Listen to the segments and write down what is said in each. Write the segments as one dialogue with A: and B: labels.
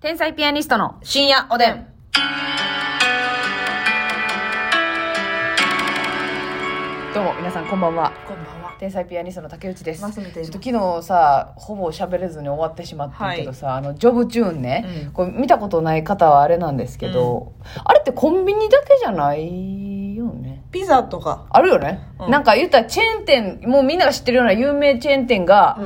A: 天才ピアニストの深夜おでん。どうも皆さんこんばんは。
B: こんばんは。
A: 天才ピアニストの竹内です。
B: ますみ
A: ちょ
B: で
A: っ
B: す
A: と。昨日さほぼ喋れずに終わってしまったけどさ、あのジョブチューンね、
B: うん
A: これ見たことない方はあれなんですけど、あれってコンビニだけじゃないよね
B: ピザとか。
A: あるよね、
B: うん
A: なんか言ったらチェーン店もうみんなが知ってるような有名チェーン店が、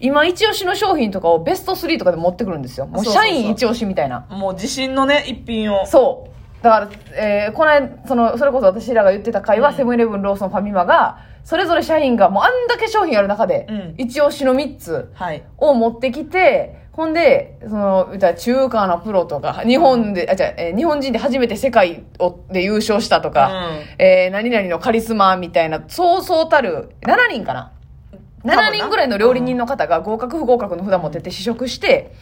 A: 今一押しの商品とかをベスト3とかで持ってくるんですよもう
B: そうそう
A: 社
B: そう
A: 員一押しみたいな
B: もう自信のね、一品を。
A: そうだから、えーこの間そのそれこそ私らが言ってた回は、セブンイレブンローソンファミマがそれぞれ社員がもうあんだけ商品ある中で、
B: うん
A: 一押しの3つ
B: はい。
A: を持ってきてほんでその言ったら中華のプロとか日本で、あじゃえー日本人で初めて世界をで優勝したと
B: う
A: か、
B: ん
A: えー何々のカリスマみたいなそうそうたる7人かな
B: 多分な
A: 7人ぐらいの料理人の方が合格不合格の札持ってって試食して、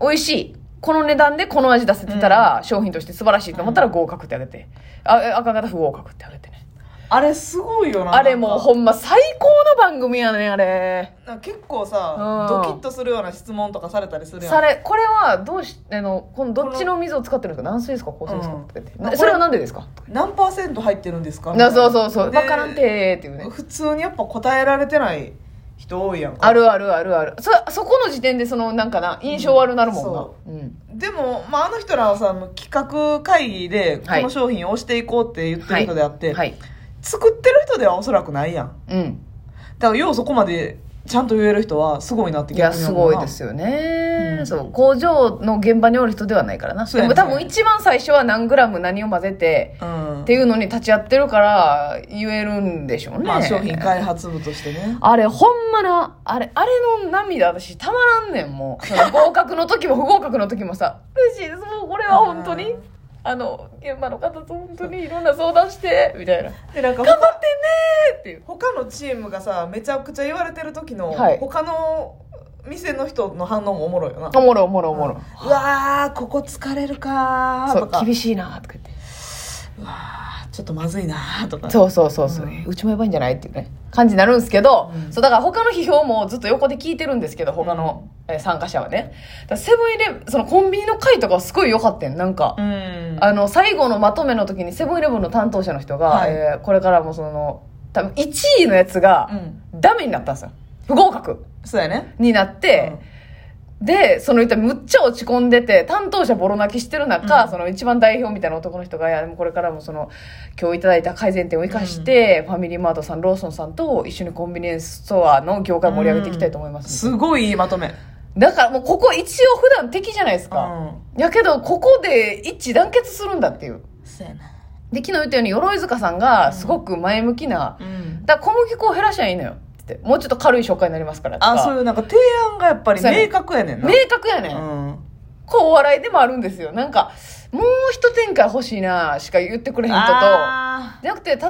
A: 美味しい。この値段でこの味出せてたら、商品として素晴らしいと思ったら合格ってあげて。あ、え赤方不合格ってあげてね。
B: あれすごいよな。
A: あれもうほ
B: ん
A: んま最高の番組やねん、あれ。
B: なんか結構
A: うん
B: さ、ドキッとするような質問とかされたりするやん。
A: され、これはどうし、あの、このどっちの水を使ってるんですか軟水ですか硬水ですか
B: うん
A: とか言
B: ま
A: っ
B: あこ
A: て。
B: れ
A: それはなんでですか
B: 何パーセント入ってるんですか
A: なそうそうそう。
B: で
A: わからんてーっていうね。
B: 普通にやっぱ答えられてない人多いやんか。
A: あるあるあるある。そ、そこの時点でその、なんかな、印象悪なるもんな。うん。
B: でも、まあ、あの人らはさ、もう企画会議で、こ
A: はい
B: の商品を押していこうって言ってる人であって、
A: はい。
B: 作ってる人ではおそらくないやん。
A: うん。
B: だから、ようそこまでちゃんと言える人はすごいなって
A: いや
B: 逆に
A: す
B: 思う
A: ご
B: ない
A: ですよね、
B: うん
A: そう工場の現場におる人ではないからな
B: そう
A: で
B: や
A: も
B: ね
A: 多分一番最初は何グラム何を混ぜて
B: うん
A: っていうのに立ち会ってるから言えるんでしょうね、
B: まあ商品開発部としてね。
A: あれほんまなあれあれの涙私たまらんねんもうその合格の時も不合格の時もさ嬉しいですもうこれは本当に
B: うん
A: あの現場の方と本当にいろんな相談してみたいな
B: でなんか
A: 頑張ってねーっていう
B: 他のチームがさめちゃくちゃ言われてる時の、
A: はい
B: 他の店の人の反応もおもろいよな。
A: おもろおもろおもろ、
B: うわーここ疲れるかー
A: そ
B: と
A: う
B: か
A: 厳しいなーとか言って
B: うわーちょっとまずいなーとか
A: そうそうそうそう、う
B: うん
A: ちもやばいんじゃないっていうね感じになるんですけど、
B: うん
A: そうだから他の批評もずっと横で聞いてるんですけど他の、えー参加者はねだからセブンイレブンそのコンビニの会とかはすごい良かったんなんか、
B: ん
A: あの最後のまとめの時にセブンイレブンの担当者の人が、
B: はい
A: えーこれからもその多分1位のやつが
B: うん
A: ダメになったんですよ不合格
B: そうやね。
A: になって、で、その言ったらむっちゃ落ち込んでて、担当者ボロ泣きしてる中、
B: うん
A: その一番代表みたいな男の人が、いや、でもこれからもその、今日いただいた改善点を生かして、ファミリーマートさん、ローソンさんと一緒にコンビニエンスストアの業界盛り上げていきたいと思いま
B: うん
A: す。
B: すごいいいまとめ。
A: だからもうここ一応普段敵じゃないですか。やけど、ここで一致団結するんだっていう。
B: そうやな。
A: で、昨日言ったように、鎧塚さんがすごく前向きな、
B: うん。
A: だから小麦粉を減らしゃいいのよ。って言ってもうちょっと軽い紹介になりますからとか。
B: あそういうなんか提案がやっぱり
A: そうやね
B: 明確やねんな。
A: 明確やねん。
B: うん。
A: こうお笑いでもあるんですよ。なんか、もう一展開欲しいなしか言ってくれへん人と、
B: あ
A: じゃなくて、例え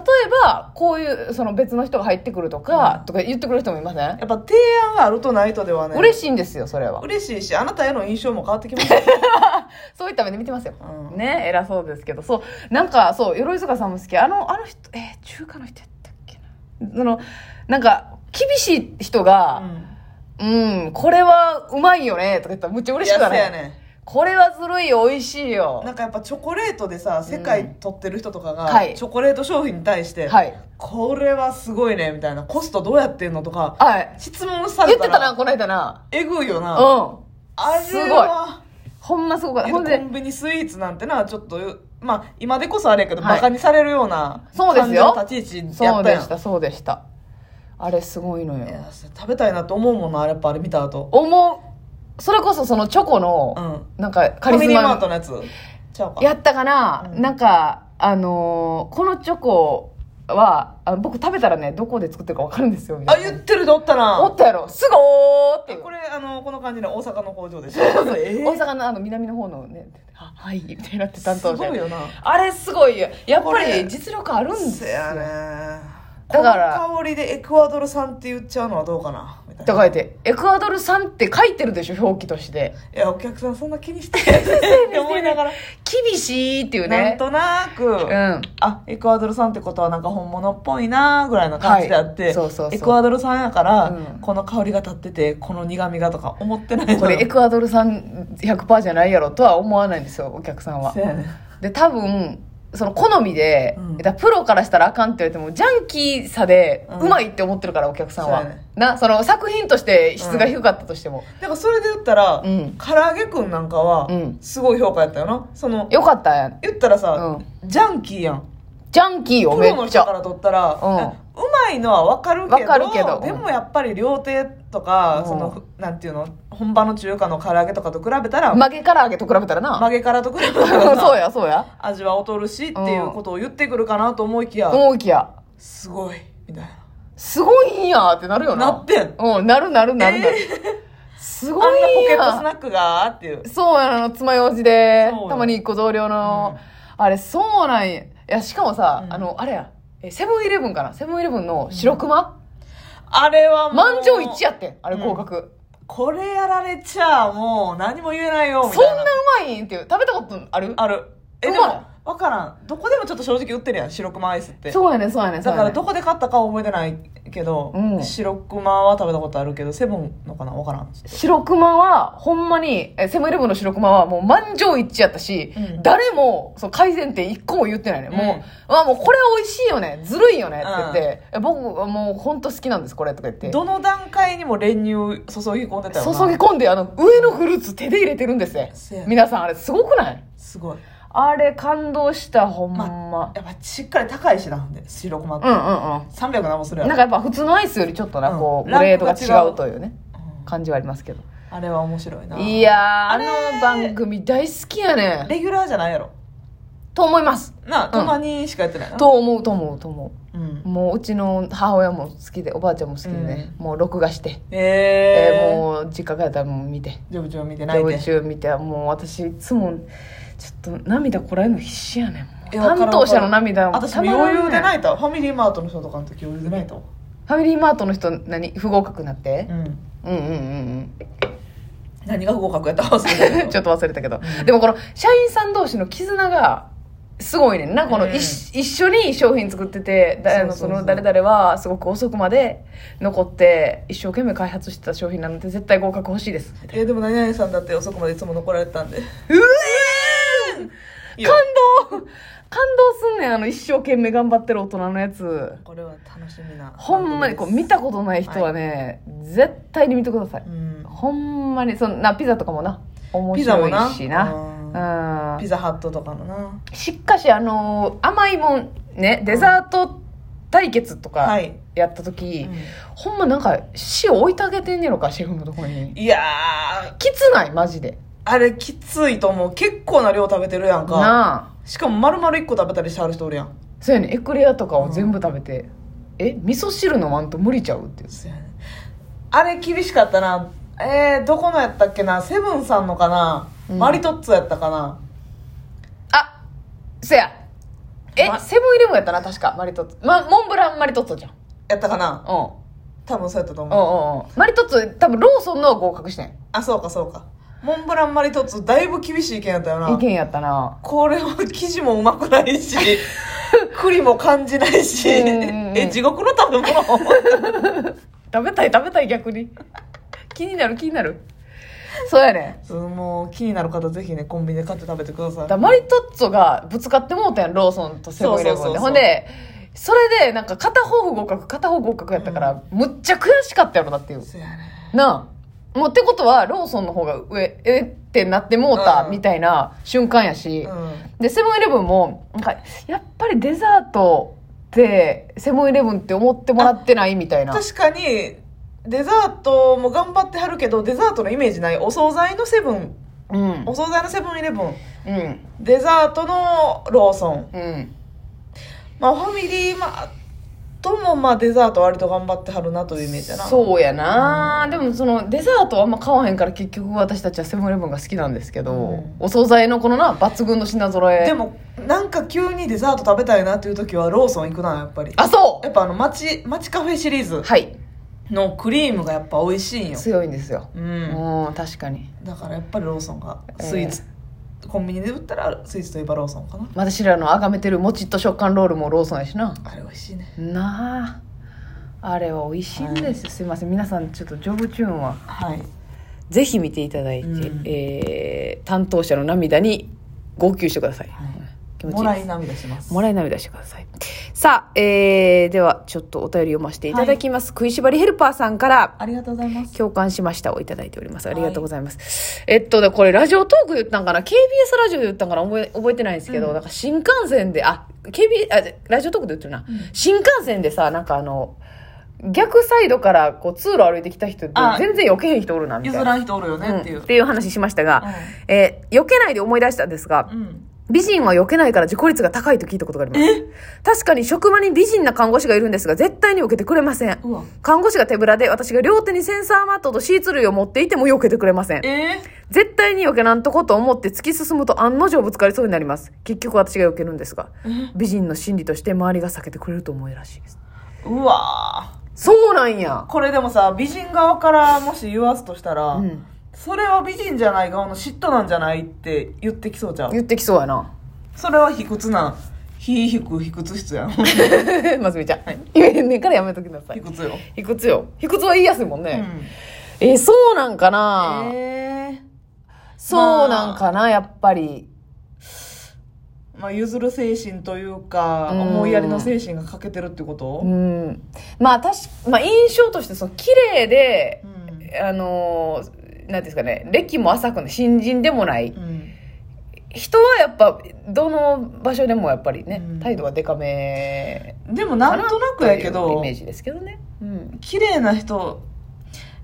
A: ば、こういう、その別の人が入ってくるとか、とか言ってくれる人もいませ
B: ー
A: ん
B: やっぱ提案があるとないとではね。
A: 嬉しいんですよ、それは。
B: 嬉しいし、あなたへの印象も変わってきますよ。
A: そういった目で見てますよ。
B: うん
A: ね、偉そうですけど、そう、なんか、そう、鎧塚さんも好き。あの、あの人、えー中華の人やったっけな。その、なんか、厳しい人が、うん、これはうまいよね、とか言ったらむっちゃ嬉しく
B: や
A: は
B: そう
A: ない。
B: やね
A: これはずるい、美味しいよ。
B: なんかやっぱチョコレートでさ世界取ってる人とかが、
A: はい
B: チョコレート商品に対して、
A: はい。
B: これはすごいねみたいなコストどうやってんのとか
A: はい。
B: 質問さ
A: 言
B: れ
A: ったて
B: ら
A: たな、この間な。
B: えぐいよな、
A: うん。
B: あ
A: す
B: れ
A: ごい
B: は
A: ほんますごかった。
B: コ
A: ほんで、
B: ンビニスイーツなんてなちょっとまあ今でこそあれやけど、
A: はい
B: バカにされるような
A: そうですよ
B: 感じの立ち位置や
A: そう
B: った
A: で
B: やん
A: した、そうでした。あれすごいの
B: い
A: よ。
B: や食べたいなと思うものあれやっぱあれ見た後
A: 思う。それこそそのチョコ
B: う
A: の、
B: ん
A: なんかカ
B: ファ
A: リ
B: ミリ
A: ス
B: ーマー
A: マ
B: トのやつちゃうか
A: やったかな、
B: うん
A: なんか、あのーこのチョコは、あの僕食べたらね、どこで作ってるかわかるんですよ、みた
B: あ
A: いな。
B: 言ってるでおったな
A: おったやろすごーって
B: え
A: いう
B: これあのこの感じの大阪の工場でしょえ
A: 大阪のあの南の方のね、あはい、みたいになって担当
B: すごい
A: 者。
B: よな
A: あれすごいよ。やっ
B: こ
A: ぱ
B: れ
A: り実力あるんです
B: せ
A: よ。
B: やね
A: だから
B: この香りでエクアドル産って言っちゃうのはどうかなみたい
A: って
B: な。
A: 書いて、エクアドル産って書いてるでしょ、表記として。
B: いや、お客さんそんな気にしてない って思いながら。
A: 厳しいっていう
B: なん
A: ね。
B: となく、
A: うん。
B: あ、エクアドルさんってことはなんか本物っぽいなぐらいな感じであって、
A: はいそうそうそう
B: エクアドルさんやから、
A: うん
B: この香りが立ってて、この苦味がとか思ってないの
A: これエクアドル産100%じゃないやろとは思わないんですよ、お客さんは
B: そ。うやね
A: で、多分、その好みで、
B: うん
A: だからプロからしたらあかんって言われても、ジャンキーさで
B: うん
A: うまいって思ってるから、お客さんは。
B: そうやね
A: な、その作品として質が低かったとしても。
B: だからそれで言ったら、
A: うん
B: 唐揚げくんなんかは
A: うん、
B: すごい評価やったよな。その、
A: よかったやん。
B: 言ったらさ、ジャンキーやん。
A: ジャンキーよ、
B: プ
A: め
B: ロの
A: っち
B: 人
A: ゃ
B: か。ら取ったら、
A: うん
B: あうまいのはわかるけど
A: わかるけどうん
B: でもやっぱり料亭とか、
A: うん
B: そのふなんていうの本場の中華の唐揚げとかと比べたら、
A: 曲げ唐揚げと比べたらな。
B: 曲げからと比べたら
A: そう
B: さ
A: や、そうや。
B: 味は劣るしっていうことを言ってくるかなと思いきや、
A: 思いきや。
B: すごいみたい
A: すごいんやってなるよ
B: な
A: な。
B: なってん
A: うん、なるなるなるなる。すご
B: あんなポ
A: いん
B: ケットスナ
A: や。
B: ックがっていう
A: そうやな、爪楊枝で
B: そう、よ
A: たまに一個増量の、あれ、そうなんや。いや、しかもさ、あの、あれや、えセブンイレブンかなセブンイレブンの白熊、
B: あれはもう
A: 満場一致やってん。あれ合格。
B: これやられちゃもう何も言えないよみ
A: そん
B: たいな
A: なうまいんっていう。食べたことある
B: あるえで
A: うま
B: も分からんどこでもちょっと正直売ってるやん白熊アイスって
A: そうやね、そうやね、そう
B: だ
A: やね。
B: からどこで買ったかは覚えてないけど、
A: うん
B: 白熊は食べたことあるけどセブンのかな分からん
A: 白熊は、ほんまに、えセブンイレブンの白熊はもう満場一致やったし、
B: うん
A: 誰も、そう、改善点一個も言ってないね。もう、あ、もうこれ美味しいよね。ずるいよね。って言って、え僕はもう本当好きなんです、これ。とか言って。
B: どの段階にも練乳注ぎ込んでたよ
A: 注
B: な
A: ぎ込んで、あの、上のフルーツ手で入れてるんですね
B: そうや。
A: 皆さん、あれすごくない
B: すごい
A: あれ感動した、ほんま。
B: やっぱしっかり高いしなほんで白熊って、
A: うんうんうん。
B: 300何もするや
A: なん
B: ろ
A: かやっぱ普通のアイスよりちょっとな、
B: うん
A: こう、グ
B: ランクが
A: レードが違
B: 違
A: う
B: う
A: というね、
B: うん
A: 感じはありますけど。
B: あれは面白いない
A: やー、あ
B: あれ
A: の番組大好きやねん。
B: レギュラーじゃないやろ
A: と思います。
B: なあ
A: うん
B: たまにしかやってないな
A: と思うと思うと思
B: うん、
A: うもううちの母親も好きでおばあちゃんも好きでね、もう録画して、
B: えー、
A: えー
B: う
A: もう実家帰ったらもう見て
B: ジョブジョブ見て泣い
A: 常
B: て
A: 中見てもう私いつもちょっと涙こらえるの必死やねんもう
B: いやわかる
A: 担当者の涙も
B: 私も
A: らんね
B: 余
A: ん
B: 裕で泣いたファミリーマートの人とかの時余裕で泣いたわ
A: ファミリーマートの人何不合格になって
B: う、ん
A: うん、うんうんうん
B: 何が不合格やったか忘れたけど
A: ちょっと忘れたけど、でもこの社員さん同士の絆がすごいねんなこの、
B: うん
A: 一一緒に商品作っててだあの
B: そ
A: そう
B: そうそう
A: の誰々はすごく遅くまで残って一生懸命開発してた商品なので絶対合格欲しいです
B: えーでも何々さんだって遅くまでいつも残られてた んで
A: う
B: い
A: え
B: や
A: 感動感動すんねんあの一生懸命頑張ってる大人のやつ
B: これは楽しみな
A: ほんまにこう見たことない人はね、絶対に見てください、
B: うん
A: ほんまにそのなピザとかもな面
B: ピザ
A: 白
B: もない
A: しなうん
B: ピザハットとかのな
A: しっかしあのー甘いもんねデザート対決とか
B: はい
A: やった時、ほんまなんか塩置いてあげてんねやろかシェフのとこに
B: いやー
A: きつないマジで
B: あれきついと思う結構な量食べてるやんか
A: なあ
B: しかも丸々1個食べたりしてはる人おるやん
A: そうやねエクレアとかを全部食べて、え味噌汁飲まんと無理ちゃうっていう
B: そうやねあれ厳しかったなえー、どこのやったっけなセブンさんのかな、
A: うん
B: マリトッツォやったかな
A: あせやえ、
B: ま
A: セブンイレブンやったな確かマリトッツォ、ま、モンブランマリトッツォじゃんうん
B: やったかな
A: うん
B: 多分そうやったと
A: う
B: 思うん
A: うんマリトッツォ多分ローソンのは合格してん
B: あそうかそうかモンブランマリトッツォだいぶ厳しい意見やったよな
A: 意見やったな
B: これは生地もうまくない し栗も感じないし
A: うんうんうん
B: え地獄の食べ物
A: 食べたい食べたい逆に 気になる気になるそうやね
B: そうもう気になる方ぜひねコンビニで買って食べてください
A: だからマリトッツォがぶつかってもうたやんローソンとセブンイ
B: そう
A: レブ
B: そ
A: ン
B: うそうそう
A: でほんでそれでなんか片方不合格片方合格やったから、むっちゃ悔しかったやろなっていう
B: そうやね
A: なあもうってことはローソンの方が上えってなってもうた
B: うん
A: みたいな瞬間やし、
B: うん
A: でセブンイレブンもなんかやっぱりデザートってセブンイレブンって思ってもらってないみたいな
B: 確かにデザートも頑張ってはるけどデザートのイメージないお惣菜のセブン
A: うん
B: お惣菜のセブンイレブン
A: うん
B: デザートのローソン
A: うん
B: まあファミリーマートもまあデザート割と頑張ってはるなというイメージやな
A: そうやな、でもそのデザートはあんま買わへんから結局私たちはセブンイレブンが好きなんですけど、
B: うん
A: お惣菜のこのな抜群の品揃え
B: でもなんか急にデザート食べたいなっていう時はローソン行くなやっぱり
A: あそ
B: やっぱあの街街カフェシリーズ
A: うはい
B: のクリームがやっぱ美味しいんよ、
A: 強いんですよ
B: う、
A: うんん、確かに
B: だからやっぱりローソンがスイーツ、コンビニで売ったらスイーツといえばローソンかな
A: 私らの崇めてるもちっと食感ロールもローソンやしな
B: あれ美味しいね
A: なああれは美味しいんですよ、すいません皆さんちょっとジョブチューンは
B: はい
A: ぜひ見ていただいて、
B: うん
A: えー担当者の涙に号泣してください、
B: はい
A: 気持ちい
B: もら
A: いです
B: い涙します
A: もらい涙してください。さあ、えー、では、ちょっとお便り読ませていただきます。食いしばりヘルパーさんから、
B: ありがとうございます
A: 共感しましたをいただいております。ありがとうございます。えっとね、これラジオトークで言ったんかな ?KBS ラジオで言ったんかな覚え覚えてないんですけど、なんか新幹線で、あ、KB、あ、ラジオトークで言ってるな。新幹線でさ、なんかあの、逆サイドからこう通路歩いてきた人って
B: あ
A: 全然避けへん人おるな、みた
B: 譲
A: いな。
B: らん人おるよ
A: うん
B: ねっていう、
A: 話しましたが、えー避けないで思い出したんですが、
B: うん
A: 美人は避けないから自己率が高いと聞いたことがあります。
B: え
A: 確かに職場に美人な看護師がいるんですが、絶対に避けてくれません。
B: うわ
A: 看護師が手ぶらで、私が両手にセンサーマットとシーツ類を持っていても避けてくれません。
B: え
A: 絶対に避けなんとこと思って突き進むと案の定ぶつかりそうになります。結局私が避けるんですが、美人の心理として周りが避けてくれると思うらしいです。
B: うわ
A: そうなんや。
B: これでもさ美人側からもし言わすとしたら、
A: うん
B: それは美人じゃない側の嫉妬なんじゃないって言ってきそうじゃん
A: 言ってきそうやな。
B: それは卑屈な非卑屈卑屈質 やん卑
A: ますみちゃん。言えんねんからやめときなさい。
B: 屈よ、
A: 卑屈よ。卑屈は言いやすいもん
B: う
A: ね。
B: ん
A: えー、そうなんかな、
B: え
A: そうなんかなやっぱり。
B: ーまあ、譲る精神というか、
A: うん
B: 思いやりの精神が欠けてるってこと、
A: うん、まあ確か、まあ、印象としてその綺麗で
B: う、ん
A: あのーなんていうんですかね歴も浅くない新人でもない
B: うん
A: 人はやっぱどの場所でもやっぱりね、
B: うん
A: 態度はデカめ
B: でもなんとなくやけ
A: というイ
B: ど
A: メージですけどねうん、
B: 綺麗な人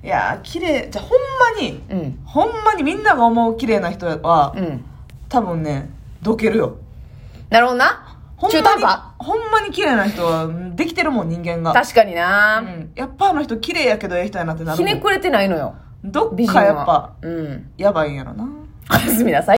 B: いやー綺麗じゃあほんまに
A: うん
B: ほんまにみんなが思う綺麗な人は
A: うん、
B: 多分ねどけるよ
A: なるほどな
B: ほんま
A: 中
B: に
A: 途半端
B: ほんまに綺麗な人はうんできてるもん人間が、
A: 確かに
B: う
A: な、
B: ん、やっぱあの人綺麗やけどええ人やなってなる
A: ひ
B: もん
A: ねくれてないのよ
B: ど
A: 美
B: っ
A: 人
B: か
A: は
B: やっぱ
A: うん
B: やばいんやろな
A: おやすみなさい